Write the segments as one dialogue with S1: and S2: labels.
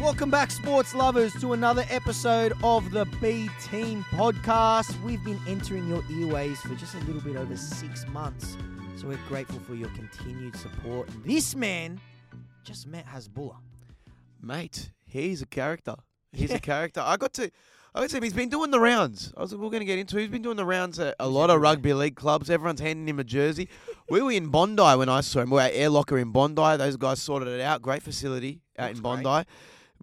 S1: Welcome back, sports lovers, to another episode of the B Team Podcast. We've been entering your earways for just a little bit over six months, so we're grateful for your continued support. This man just met Hasbullah.
S2: mate, he's a character. He's a character. I got to, I got to him. He's been doing the rounds. I was we're going to get into. it. He's been doing the rounds at a lot of rugby league clubs. Everyone's handing him a jersey. we were in Bondi when I saw him. We were at Air Locker in Bondi. Those guys sorted it out. Great facility out in
S1: Looks
S2: Bondi
S1: great.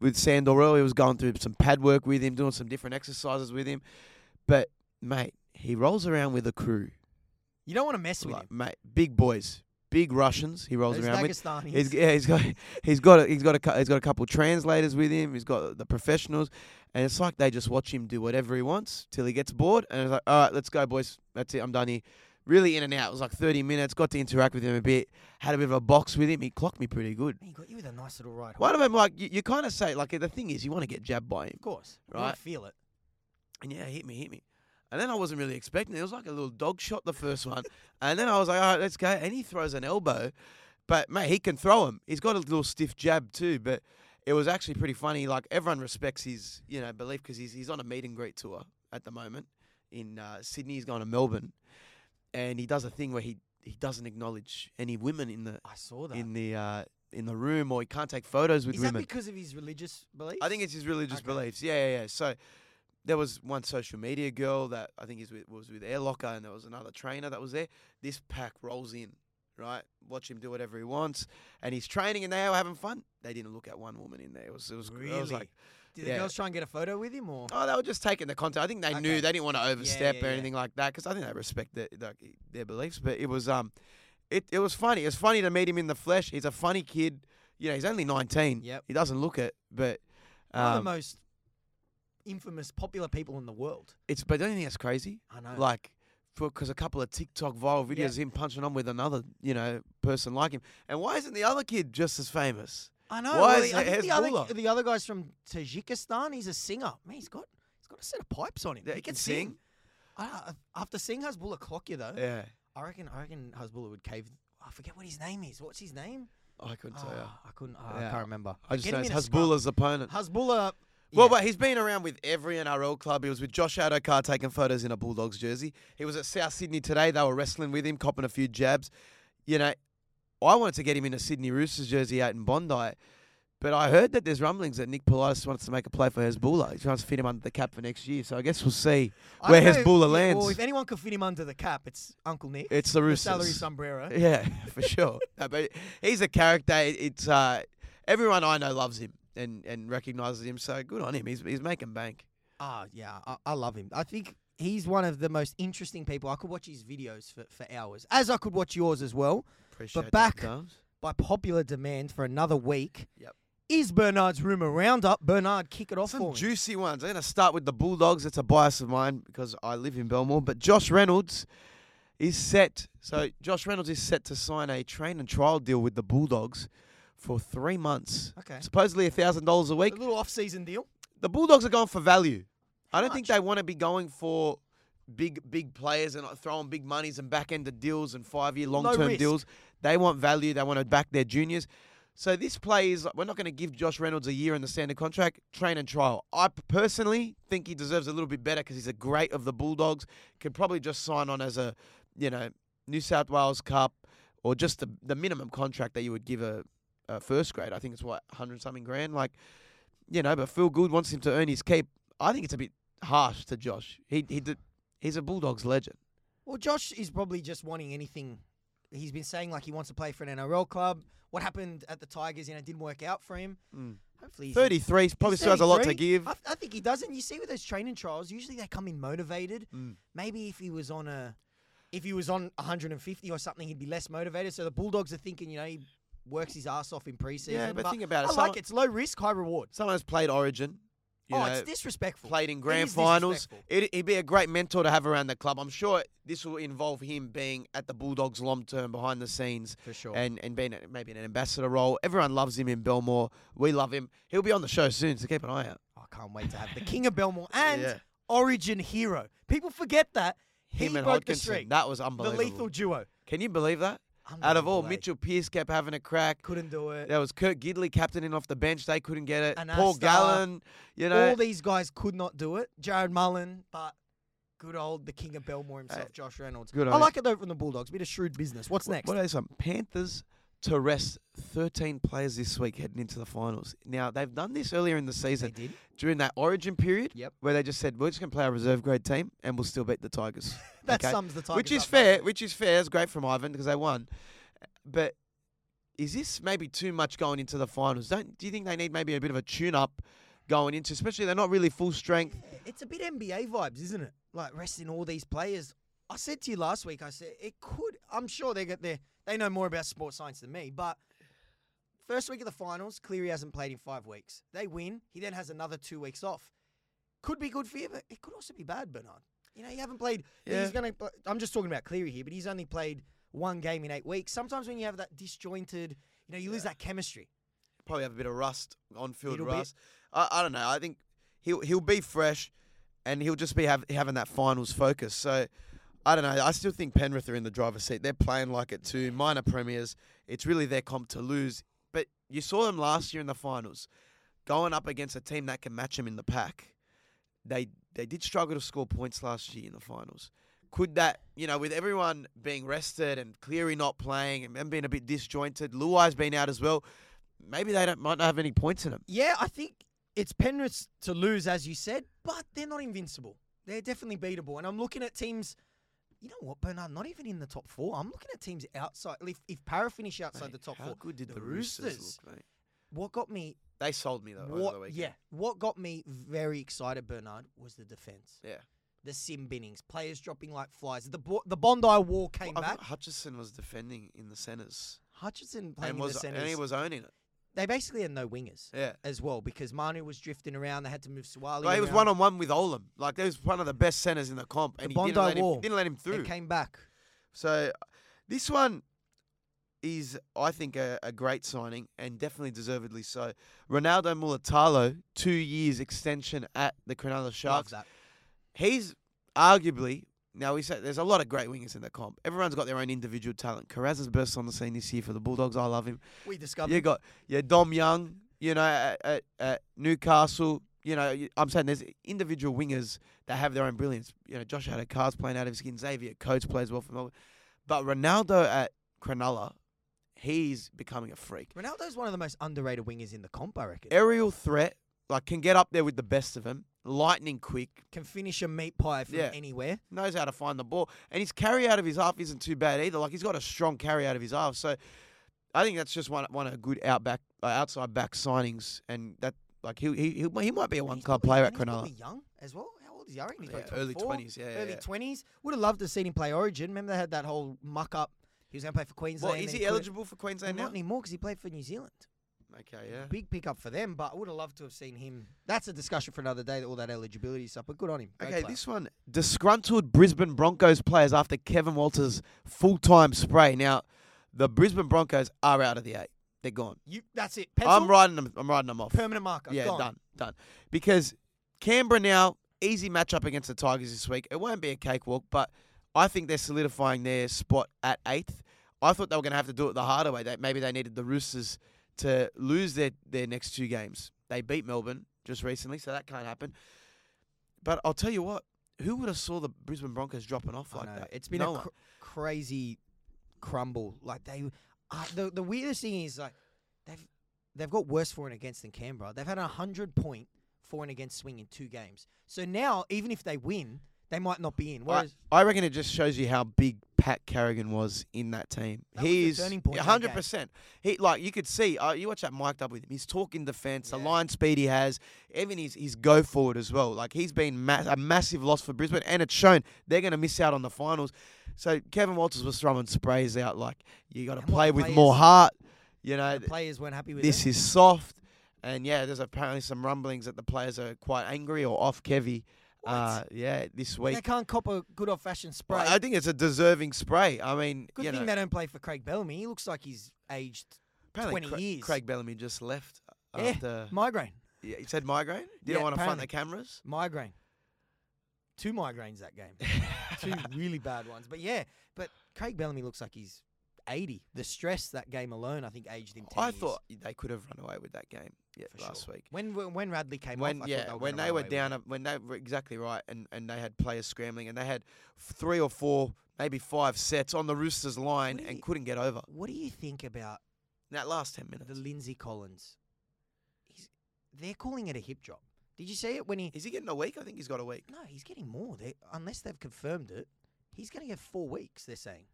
S2: with Sandoro. He was going through some pad work with him, doing some different exercises with him. But mate, he rolls around with a crew.
S1: You don't want to mess with
S2: Like,
S1: him.
S2: mate, big boys, big Russians. He rolls
S1: Those
S2: around with.
S1: Dagestanis.
S2: He's, yeah, he's got he's got a, he's got a cou- he's got a couple translators with him. He's got the professionals, and it's like they just watch him do whatever he wants till he gets bored. And it's like, all right, let's go, boys. That's it. I'm done here. Really in and out. It was like 30 minutes. Got to interact with him a bit. Had a bit of a box with him. He clocked me pretty good.
S1: he got you with a nice little ride.
S2: One of them, like you, you kind of say, like the thing is, you want to get jabbed by him.
S1: Of course. You
S2: Right.
S1: don't feel it.
S2: And yeah, hit me, hit me. And then I wasn't really expecting it. It was like a little dog shot, the first one. and then I was like, all right, let's go. And he throws an elbow. But, mate, he can throw him. He's got a little stiff jab, too. But it was actually pretty funny. Like, everyone respects his, you know, belief because he's, he's on a meet and greet tour at the moment in uh, Sydney. He's going to Melbourne. And he does a thing where he, he doesn't acknowledge any women in the
S1: I saw that.
S2: in the uh, in the room or he can't take photos with
S1: Is that
S2: women.
S1: because of his religious beliefs?
S2: I think it's his religious
S1: Okay.
S2: beliefs. Yeah, yeah, yeah. So there was one social media girl that I think is with, was with Air Locker, and there was another trainer that was there. This pack rolls in, right? Watch him do whatever he wants, and he's training, and they were having fun. They didn't look at one woman in there. It was, it was,
S1: really.
S2: I was like,
S1: Did
S2: yeah.
S1: the girls try and get a photo with him or?
S2: oh, they were just taking the content. I think they
S1: Okay.
S2: knew they didn't want to overstep
S1: yeah,
S2: or
S1: yeah.
S2: anything like that because I think they respect their, like, their beliefs. But it was, um, it, it was funny. It's funny to meet him in the flesh. He's a funny kid. You know, he's only 19.
S1: Yep.
S2: He doesn't look it, but.
S1: One of
S2: Um,
S1: the most infamous, popular people in the world.
S2: it's but don't you think that's crazy?
S1: I know.
S2: Like, because a couple of TikTok viral
S1: Yeah.
S2: videos of him punching on with another, you know, person like him. And why isn't the other kid just as famous?
S1: I know.
S2: Why
S1: well,
S2: is
S1: I
S2: it
S1: think the other,
S2: Hezbollah?
S1: the other guy's from Tajikistan. He's a singer. Man, he's got he's got a set of pipes on him.
S2: Yeah,
S1: he
S2: he
S1: can
S2: can
S1: sing.
S2: sing.
S1: I, I- after seeing Hezbollah clock you though,
S2: Yeah,
S1: I reckon I reckon Hezbollah would cave. I forget what his name is. What's his name?
S2: I couldn't tell you.
S1: Ah, I couldn't. ah, I
S2: Yeah.
S1: can't remember.
S2: I just
S1: Get him
S2: know it's
S1: in a scrum.
S2: Hasbullah's opponent.
S1: Hezbollah.
S2: Well,
S1: yeah.
S2: but he's been around with every NRL club. He was with Josh Adokar taking photos in a Bulldogs jersey. He was at South Sydney today. They were wrestling with him, copping a few jabs. You know, I wanted to get him in a Sydney Roosters jersey out in Bondi, but I heard that there's rumblings that Nick Politis wants to make a play for Hezbollah. He wants to fit him under the cap for next year. So I guess we'll see
S1: I
S2: where
S1: don't know if-
S2: Hezbollah
S1: yeah,
S2: lands.
S1: Well, if anyone could fit him under the cap, it's Uncle Nick.
S2: it's the
S1: the
S2: Roosters.
S1: salary sombrero.
S2: Yeah, for sure. No, but he's a character. It- It's uh, everyone I know loves him and, and recognizes him. So good on him. He's he's making bank.
S1: Ah, yeah, I, I love him. I think he's one of the most interesting people. I could watch his videos for, for hours, as I could watch yours as well.
S2: Appreciate that,
S1: back-
S2: Dubs.
S1: By popular demand for another week.
S2: Yep.
S1: Is Bernard's rumor roundup? Bernard, kick it off
S2: Some
S1: for me.
S2: juicy ones. I'm going to start with the Bulldogs. That's a bias of mine because I live in Belmore. But Josh Reynolds is set. So Josh Reynolds is set to sign a train and trial deal with the Bulldogs for three months.
S1: Okay.
S2: Supposedly thousand dollars a
S1: A
S2: week.
S1: little off-season deal.
S2: The Bulldogs are going for value. I don't think
S1: much?
S2: they want to be going for big big players and throwing big monies and back end deals and five year long term
S1: risk.
S2: deals. They want value. They want to back their juniors. So this play is we're not going to give Josh Reynolds a year in the standard contract, train and trial. I p- personally think he deserves a little bit better because he's a great of the Bulldogs. Could probably just sign on as a you know New South Wales Cup or just the, the minimum contract that you would give a, a first grade. I think it's what hundred something grand. Like you know, but Phil Good wants him to earn his keep. I think it's a bit harsh to Josh. He he did, he's a Bulldogs legend.
S1: Well, Josh is probably just wanting anything. He's been saying like he wants to play for an NRL club. What happened at the Tigers, you know, didn't work out for him. Hopefully, he's
S2: Thirty three, probably
S1: He's
S2: still has a lot to
S1: 33.
S2: give.
S1: I, I think he doesn't. You see with those training trials, usually they come in motivated.
S2: Mm.
S1: Maybe if he was on a, if he was on 150 or something, he'd be less motivated. So the Bulldogs are thinking, you know, he works his ass off in preseason.
S2: Yeah, but think about
S1: I
S2: it.
S1: like
S2: Someone-
S1: it. It's low risk, high reward.
S2: Someone's played Origin. You
S1: oh,
S2: know,
S1: it's disrespectful.
S2: played in grand
S1: is
S2: finals.
S1: disrespectful.
S2: It, he'd be a great mentor to have around the club. I'm sure this will involve him being at the Bulldogs long term behind the scenes.
S1: for sure.
S2: And and being a, maybe an ambassador role, everyone loves him in Belmore. We love him. He'll be on the show soon, so keep an eye out.
S1: Oh, I can't wait to have the King of Belmore and
S2: Yeah.
S1: Origin hero. People forget that
S2: Him
S1: he
S2: and
S1: broke the
S2: Hodgkinson,
S1: streak.
S2: that was
S1: The
S2: unbelievable.
S1: lethal duo.
S2: Can you believe that? Out of all,
S1: Unbelievable, eh?
S2: Mitchell Pearce kept having a crack.
S1: couldn't do it.
S2: There was Kurt Gidley captaining off the bench. They couldn't get it.
S1: Anasta,
S2: Paul Gallen, you know.
S1: all these guys could not do it. Jared Mullen, but good old the king of Belmore himself, Josh Reynolds.
S2: good
S1: I
S2: on
S1: like it though from the Bulldogs. Bit of shrewd business. What's next?
S2: What are some Panthers to rest 13 players this week heading into the finals. Now they've done this earlier in the
S1: they
S2: season
S1: did.
S2: during that Origin period,
S1: Yep.
S2: where they just said we're just going to play our reserve grade team and we'll still beat the Tigers.
S1: That
S2: Okay.
S1: sums the Tigers
S2: which is
S1: up.
S2: fair. Which is fair. It's great from Ivan because they won. But is this maybe too much going into the finals? Don't do you think they need maybe a bit of a tune-up going into, especially they're not really full strength.
S1: Yeah, It's a bit NBA vibes, isn't it? Like resting all these players. I said to you last week. I said it could. I'm sure they get there. They know more about sports science than me, but. First week of the finals, Cleary hasn't played in five weeks. They win. He then has another two weeks off. Could be good for you, but it could also be bad, Bernard. You know, you haven't played.
S2: Yeah.
S1: He's gonna. pl- I'm just talking about Cleary here, but he's only played one game in eight weeks. Sometimes when you have that disjointed, you know, you lose that chemistry.
S2: Probably have a bit of rust on field
S1: Little bit.
S2: rust. I, I don't know. I think he'll he'll be fresh, and he'll just be have, having that finals focus. So. I don't know. I still think Penrith are in the driver's seat. They're playing like it too. Minor premiers. It's really their comp to lose. But you saw them last year in the finals, going up against a team that can match them in the pack. They they did struggle to score points last year in the finals. Could that you know with everyone being rested and Cleary not playing and them being a bit disjointed, Luai's been out as well. Maybe they don't might not have any points in them.
S1: Yeah, I think it's Penrith to lose, as you said, but they're not invincible. They're definitely beatable. And I'm looking at teams. You know what, Bernard? Not even in the top four. I'm looking at teams outside. If, if Para finish outside the top
S2: How
S1: four,
S2: good did the,
S1: the
S2: Roosters,
S1: Roosters.
S2: look? mate?
S1: what got me?
S2: They sold me though over the
S1: What?
S2: weekend.
S1: Yeah, what got me very excited, Bernard, was the defense.
S2: Yeah.
S1: The sim binnings, players dropping like flies. The bo- the Bondi War came
S2: Well, I
S1: back.
S2: thought Hutchison was defending in the centres
S1: Hutchinson playing
S2: and
S1: in
S2: was
S1: the
S2: and he
S1: centres.
S2: was owning it.
S1: They basically had no wingers
S2: Yeah.
S1: as well because Manu was drifting around. They had to move Suwali.
S2: Like, he was
S1: around.
S2: one on one with Olam. Like, that was one of the best centres in the comp, and
S1: The
S2: he
S1: Bondi
S2: didn't let, him,
S1: Wall.
S2: didn't let him
S1: They
S2: through.
S1: came back.
S2: So, this one is, I think, a, a great signing and definitely deservedly so. Ronaldo Mulatalo, two years extension at the Cronulla Sharks.
S1: Love that.
S2: He's arguably now we say there's a lot of great wingers in the comp. Everyone's got their own individual talent. Carraz has burst on the scene this year for the Bulldogs. I love him.
S1: We discovered.
S2: You got yeah Dom Young, you know, at, at, at Newcastle. You know, you- I'm saying there's individual wingers that have their own brilliance. You know, Josh had playing out of his skin. Xavier Coates plays well for Melbourne, but Ronaldo at Cronulla, he's becoming a freak.
S1: Ronaldo's one of the most underrated wingers in the comp, I reckon.
S2: Aerial threat, like can get up there with the best of them. Lightning quick,
S1: Can finish a meat pie from
S2: Yeah.
S1: anywhere.
S2: knows how to find the ball, and his carry out of his half isn't too bad either. Like he's got a strong carry out of his half, so I think that's just one one of the good outback uh, outside back signings, and that like he he he, he might be a
S1: And
S2: one
S1: he's
S2: club
S1: probably-
S2: player at
S1: and he's
S2: Cronulla.
S1: probably young as well. How old is he? I reckon he's
S2: Yeah,
S1: like
S2: early
S1: 24,
S2: 20s, yeah, yeah,
S1: early
S2: yeah.
S1: 20s. Would have loved to have seen him play Origin. Remember they had that whole muck up. He was going to play for Queensland.
S2: Well, is
S1: then
S2: he
S1: couldn't-
S2: eligible for
S1: Well,
S2: Queensland
S1: Not
S2: now?
S1: anymore because he played for New Zealand.
S2: Okay, yeah.
S1: Big pickup for them, but I would have loved to have seen him. That's a discussion for another day, all that eligibility stuff, but good on him. Great
S2: Okay,
S1: player.
S2: this one disgruntled Brisbane Broncos players after Kevin Walters' full-time spray. Now, the Brisbane Broncos are out of the eight; they're gone.
S1: You, that's it. Pencil,
S2: I'm riding them. I'm riding them off.
S1: Permanent marker.
S2: Yeah,
S1: gone.
S2: done, done. Because Canberra now easy matchup against the Tigers this week. It won't be a cakewalk, but I think they're solidifying their spot at eighth. I thought they were going to have to do it the harder way. That maybe they needed the Roosters to lose their their next two games. They beat Melbourne just recently, so that can't happen. But I'll tell you what, who would have saw the Brisbane Broncos dropping off
S1: I
S2: like
S1: know.
S2: that?
S1: It's been a
S2: No one.
S1: cr- crazy crumble. Like they, uh, the the weirdest thing is like they've they've got worse for and against than Canberra. They've had a hundred point for and against swing in two games. So now even if they win, they might not be in. Whereas
S2: I, I reckon it just shows you how big Pat Carrigan was in that team.
S1: That was the
S2: He's
S1: turning point that
S2: hundred percent. He like you could see. Uh, you watch that mic'd up with him. He's talking defense. The
S1: Yeah.
S2: line speed he has, even his his go forward as well. Like he's been ma- a massive loss for Brisbane, and it's shown they're going to miss out on the finals. So Kevin Walters was throwing sprays out like you got to
S1: And what
S2: play
S1: the
S2: with
S1: players-
S2: more heart. You know,
S1: the players weren't happy with
S2: this
S1: this.
S2: is soft. And yeah, there's apparently some rumblings that the players are quite angry or off Kevy.
S1: What?
S2: Uh, yeah, this week.
S1: They can't cop a good old fashioned spray.
S2: I I think it's a deserving spray. I mean,
S1: good
S2: you
S1: thing
S2: know,
S1: they don't play for Craig Bellamy. He looks like he's aged
S2: apparently
S1: 20
S2: Cra-
S1: years.
S2: Craig Bellamy just left
S1: Yeah.
S2: after.
S1: migraine.
S2: Yeah, he said migraine. Didn't
S1: Yeah,
S2: want to front
S1: apparently.
S2: the cameras.
S1: Migraine. Two migraines that game. Two really bad ones. But yeah, but Craig Bellamy looks like he's 80. The stress that game alone, I think, aged him 10
S2: I
S1: years.
S2: thought they could have run away with that game. Yeah,
S1: For
S2: last
S1: sure.
S2: week.
S1: When, when when Radley came
S2: when
S1: off, I
S2: yeah,
S1: thought
S2: when
S1: they
S2: they
S1: were,
S2: were
S1: gonna run away
S2: down, when they were exactly right, and and they had players scrambling, and they had three or four, maybe five sets on the Roosters line,
S1: What do
S2: and
S1: you-
S2: couldn't get over.
S1: with it. What do you think about
S2: In that last ten minutes,
S1: the Lindsay Collins? He's, they're calling it a hip drop. Did you see it when he?
S2: is he getting a week? I think he's got a week.
S1: No, he's getting more. They, unless they've confirmed it, he's going to get four weeks. They're saying.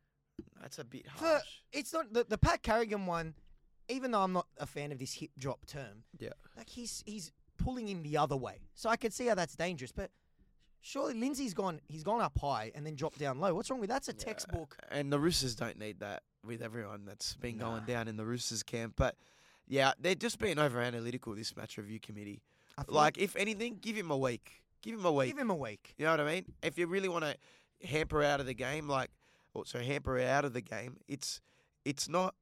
S2: That's a bit
S1: For-
S2: harsh.
S1: It's not the, the Pat Carrigan one. Even though I'm not a fan of this hip drop term,
S2: Yeah.
S1: like he's he's pulling him the other way. So I could see how that's dangerous. But surely Lindsay's gone. He's gone up high and then dropped down low. What's wrong with that's a
S2: Yeah.
S1: textbook.
S2: and the Roosters don't need that with everyone that's been going
S1: Nah.
S2: down in the Roosters camp. But yeah, they're just being over analytical this match review committee.
S1: I feel
S2: Like, if anything, give him a week. Give him a week.
S1: give him a week.
S2: You know what I mean? If you really want to hamper out of the game, like, or so hamper out of the game, it's it's not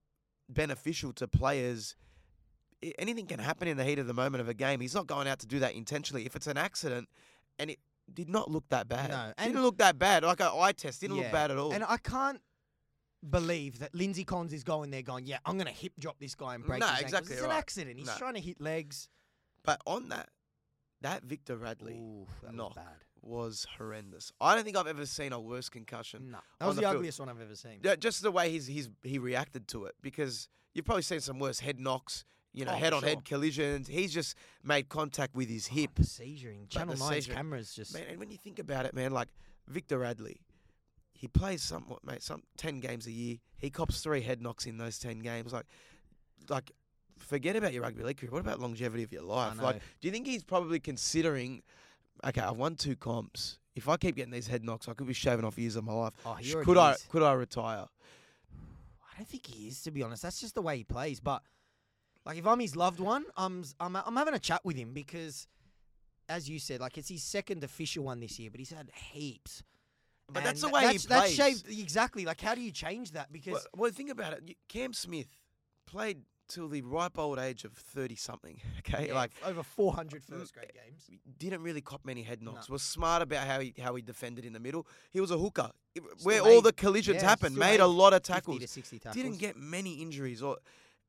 S2: beneficial to players. I- Anything can happen in the heat of the moment of a game. He's not going out to do that intentionally. If it's an accident, and it did not look that bad,
S1: No, and-
S2: didn't look that bad. Like an eye test, didn't
S1: Yeah.
S2: look bad at all.
S1: And I can't believe that Lindsay Collins is going there, going, "Yeah, I'm going to hip drop this guy and break
S2: No,
S1: his ankles."
S2: exactly
S1: It's an
S2: right.
S1: accident. He's
S2: No.
S1: trying to hit legs.
S2: But on that, that Victor Radley
S1: Ooh, that
S2: knock.
S1: was bad.
S2: was horrendous. I don't think I've ever seen a worse concussion.
S1: No, that
S2: On
S1: was
S2: the
S1: the,
S2: field.
S1: ugliest one I've ever seen.
S2: Yeah, just the way he's he's he reacted to it because you've probably seen some worse head knocks, you know,
S1: Oh, for
S2: head on
S1: sure.
S2: head collisions. He's just made contact with his hip.
S1: The seizuring. Channel
S2: the
S1: 9's
S2: seizuring-
S1: cameras just.
S2: Man, and when you think about it, man, like Victor Radley, he plays somewhat, mate, some ten games a year. He cops three head knocks in those ten games. Like, like, forget about your rugby league career. What about longevity of your life? Like,
S1: know.
S2: do you think he's probably considering? Okay, I've won two comps. If I keep getting these head knocks, I could be shaving off years of my life.
S1: Oh, he
S2: Sh-
S1: already
S2: could I?
S1: is.
S2: Could I retire?
S1: I don't think he is, to be honest. That's just the way he plays. But like, if I'm his loved one, I'm s- I'm, I'm having a chat with him because, as you said, like it's his second official one this year, but he's had heaps.
S2: But that's the
S1: And
S2: way
S1: that's,
S2: he plays.
S1: That's shaved exactly. Like, how do you change that? Because
S2: Well, well, think about it. You- Cam Smith played till the ripe old age of thirty something. Okay,
S1: yeah,
S2: like
S1: f- over 400
S2: Mm,
S1: first grade games.
S2: didn't really cop many head
S1: No.
S2: knocks. Was smart about how he how he defended in the middle. He was a hooker. It- Where
S1: made-
S2: all the collisions
S1: yeah,
S2: happened,
S1: still
S2: made a
S1: made
S2: lot of
S1: 50
S2: tackles.
S1: to 60 tackles.
S2: Didn't get many injuries. Or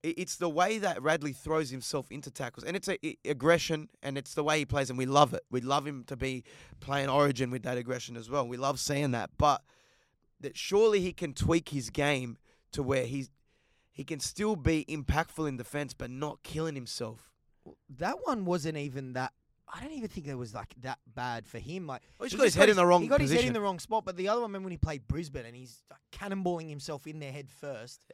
S2: i- it's the way that Radley throws himself into tackles, and it's a, i- aggression, and it's the way he plays, and we love it. We love him to be playing Origin with that aggression as well. We love seeing that, but that surely he can tweak his game to where he's he can still be impactful in defense, but not killing himself.
S1: Well, that one wasn't even that. I don't even think that was like that bad for him. Like
S2: Oh, he's
S1: he
S2: got his
S1: just
S2: head in the wrong
S1: He got his head in
S2: position.
S1: the wrong spot. But the other one, remember when he played Brisbane and he's like, cannonballing himself in their head first.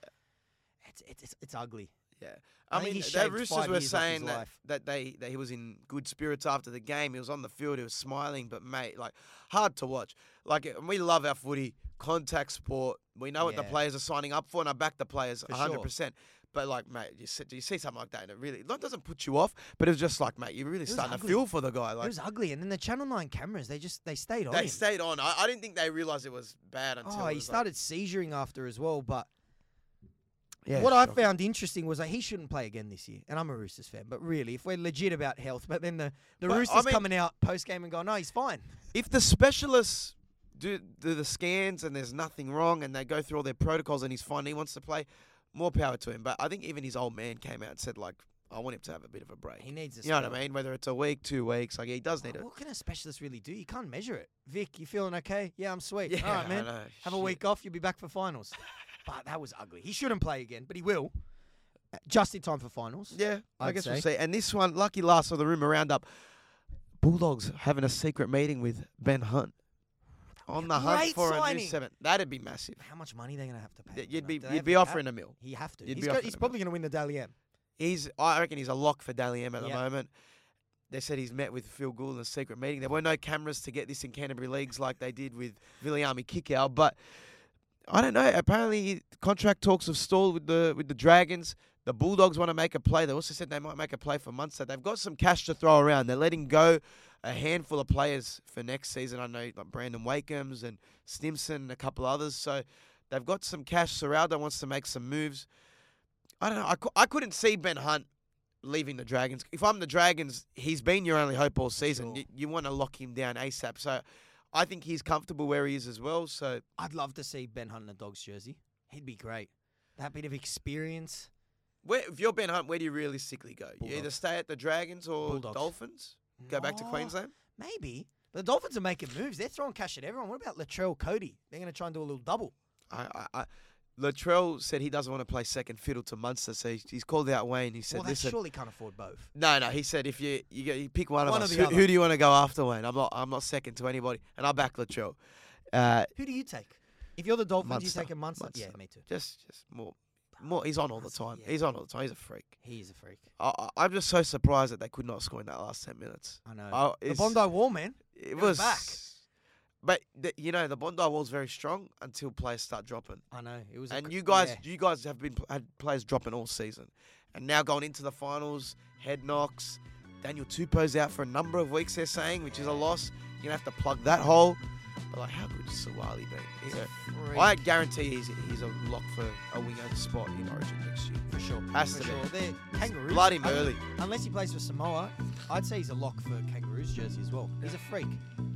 S1: It's, it's it's it's ugly.
S2: Yeah,
S1: I
S2: I,
S1: think
S2: mean,
S1: he
S2: the
S1: shaved
S2: Roosters
S1: five
S2: were
S1: years off his
S2: saying that,
S1: life.
S2: that they that he was in good spirits after the game. He was on the field, he was smiling, but mate, like hard to watch. Like and we love our footy, contact sport. We know what the
S1: Yeah.
S2: players are signing up for, and I back the players
S1: For
S2: hundred
S1: sure.
S2: percent. But like, mate, you see, you see something like that, and it really not doesn't put you off. But it was just like, mate, you're really
S1: was
S2: starting
S1: ugly.
S2: to feel for the guy.
S1: it
S2: Like
S1: was ugly. And then the Channel Nine cameras, they just they stayed on
S2: they
S1: him.
S2: stayed on. I, I didn't think they realized it was bad until
S1: oh,
S2: it
S1: he
S2: was, like-
S1: started seizuring after as well. But
S2: yeah,
S1: what I
S2: shocking.
S1: found interesting was that he shouldn't play again this year. And I'm a Roosters fan, but really, if we're legit about health, but then the the
S2: But, I
S1: Roosters
S2: mean-
S1: coming out post game and going, no, he's fine.
S2: if the specialists do, do the scans and there's nothing wrong and they go through all their protocols and he's fine and he wants to play, more power to him. But I think even his old man came out and said, like, I want him to have a bit of a break.
S1: He needs. A
S2: you know what
S1: spell.
S2: I mean? Whether it's a week, two weeks, like he does need
S1: Like,
S2: it.
S1: What can a specialist really do? You can't measure it. Vic, you feeling okay? Yeah, I'm sweet.
S2: Yeah,
S1: All right,
S2: I
S1: man.
S2: know,
S1: Have a
S2: shit.
S1: week off. You'll be back for finals. but that was ugly. He shouldn't play again, but he will. Uh, Just in time for finals.
S2: Yeah, i
S1: I'd
S2: guess we'll
S1: say.
S2: see. And this one, lucky last of the rumor roundup, Bulldogs having a secret meeting with Ben Hunt on the hunt
S1: great
S2: for a new
S1: signing.
S2: seven. That'd be massive.
S1: How much money are they going to have to pay?
S2: Th-
S1: him?
S2: You'd
S1: Do
S2: be
S1: they
S2: you'd
S1: have
S2: be
S1: a cap?
S2: offering a mill.
S1: He have to.
S2: you'd
S1: He's,
S2: be
S1: go-
S2: offering
S1: he's
S2: him a
S1: probably going to win the Daly M.
S2: He's, I reckon he's a lock for Daly M at the
S1: Yeah.
S2: moment. They said he's met with Phil Gould in a secret meeting. There were no cameras to get this in Canterbury Leagues like they did with Viliami Kickow, but I don't know. Apparently, contract talks have stalled with the with the Dragons. The Bulldogs want to make a play. They also said they might make a play for Munster. They've got some cash to throw around. They're letting go a handful of players for next season. I know like Brandon Wakems and Stimson and a couple others. So they've got some cash. Serraldo wants to make some moves. I don't know. I, cou- I couldn't see Ben Hunt leaving the Dragons. If I'm the Dragons, he's been your only hope all season.
S1: Sure.
S2: You, you want to lock him down ASAP. So I think he's comfortable where he is as well. So
S1: I'd love to see Ben Hunt in a Dogs jersey. He'd be great. that bit of experience.
S2: Where, if you're Ben Hunt, where do you realistically go? You either
S1: Bulldogs.
S2: stay at the Dragons or
S1: Bulldogs.
S2: Dolphins. Go back to
S1: No,
S2: Queensland.
S1: Maybe. But the Dolphins are making moves. They're throwing cash at everyone. What about Latrell Cody? They're going to try and do a little double.
S2: I, I, I Latrell said he doesn't want to play second fiddle to Munster, so he's, he's called out Wayne. He said,
S1: well, they
S2: "Listen,
S1: surely can't afford both.
S2: no, no." He said, "If you you, get, you pick one,
S1: One
S2: of
S1: or
S2: us,
S1: the
S2: who,
S1: other."
S2: who do you want to go after, Wayne? I'm not I'm not second to anybody, and I back Latrell. Uh,
S1: Who do you take? If you're the Dolphins,
S2: Munster.
S1: you take a Munster. Yeah,
S2: Munster.
S1: me too.
S2: just just more more. He's on all the
S1: Munster,
S2: time.
S1: yeah.
S2: He's on all the time. He's a freak.
S1: He is a freak.
S2: I, I- I'm just so surprised that they could not score in that last ten minutes.
S1: I know.
S2: I,
S1: the
S2: Oh, it's-
S1: Bondi Wall, man.
S2: It
S1: It was
S2: was
S1: back.
S2: But the, you know the Bondi wall's very strong until players start dropping,
S1: I know. It was. a
S2: and
S1: gr-
S2: you guys,
S1: yeah.
S2: you guys have been pl- had players dropping all season, and now going into the finals, head knocks. Daniel Tupou's out for a number of weeks. They're saying, which is a loss. You're gonna have to plug that hole. But like, how good has Sawali been? He's
S1: He's a
S2: a,
S1: freak.
S2: I guarantee he's he's a lock for a winger spot in Origin next year.
S1: for sure.
S2: Has
S1: for
S2: to be.
S1: sure. They're kangaroos.
S2: Blood him
S1: I mean,
S2: early.
S1: Unless he plays for Samoa, I'd say he's a lock for Kangaroos jersey as well. He's a freak.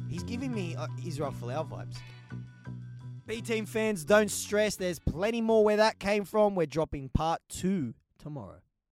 S1: He's giving me uh, Israel Folau vibes. B team fans, don't stress. There's plenty more where that came from. We're dropping part two tomorrow.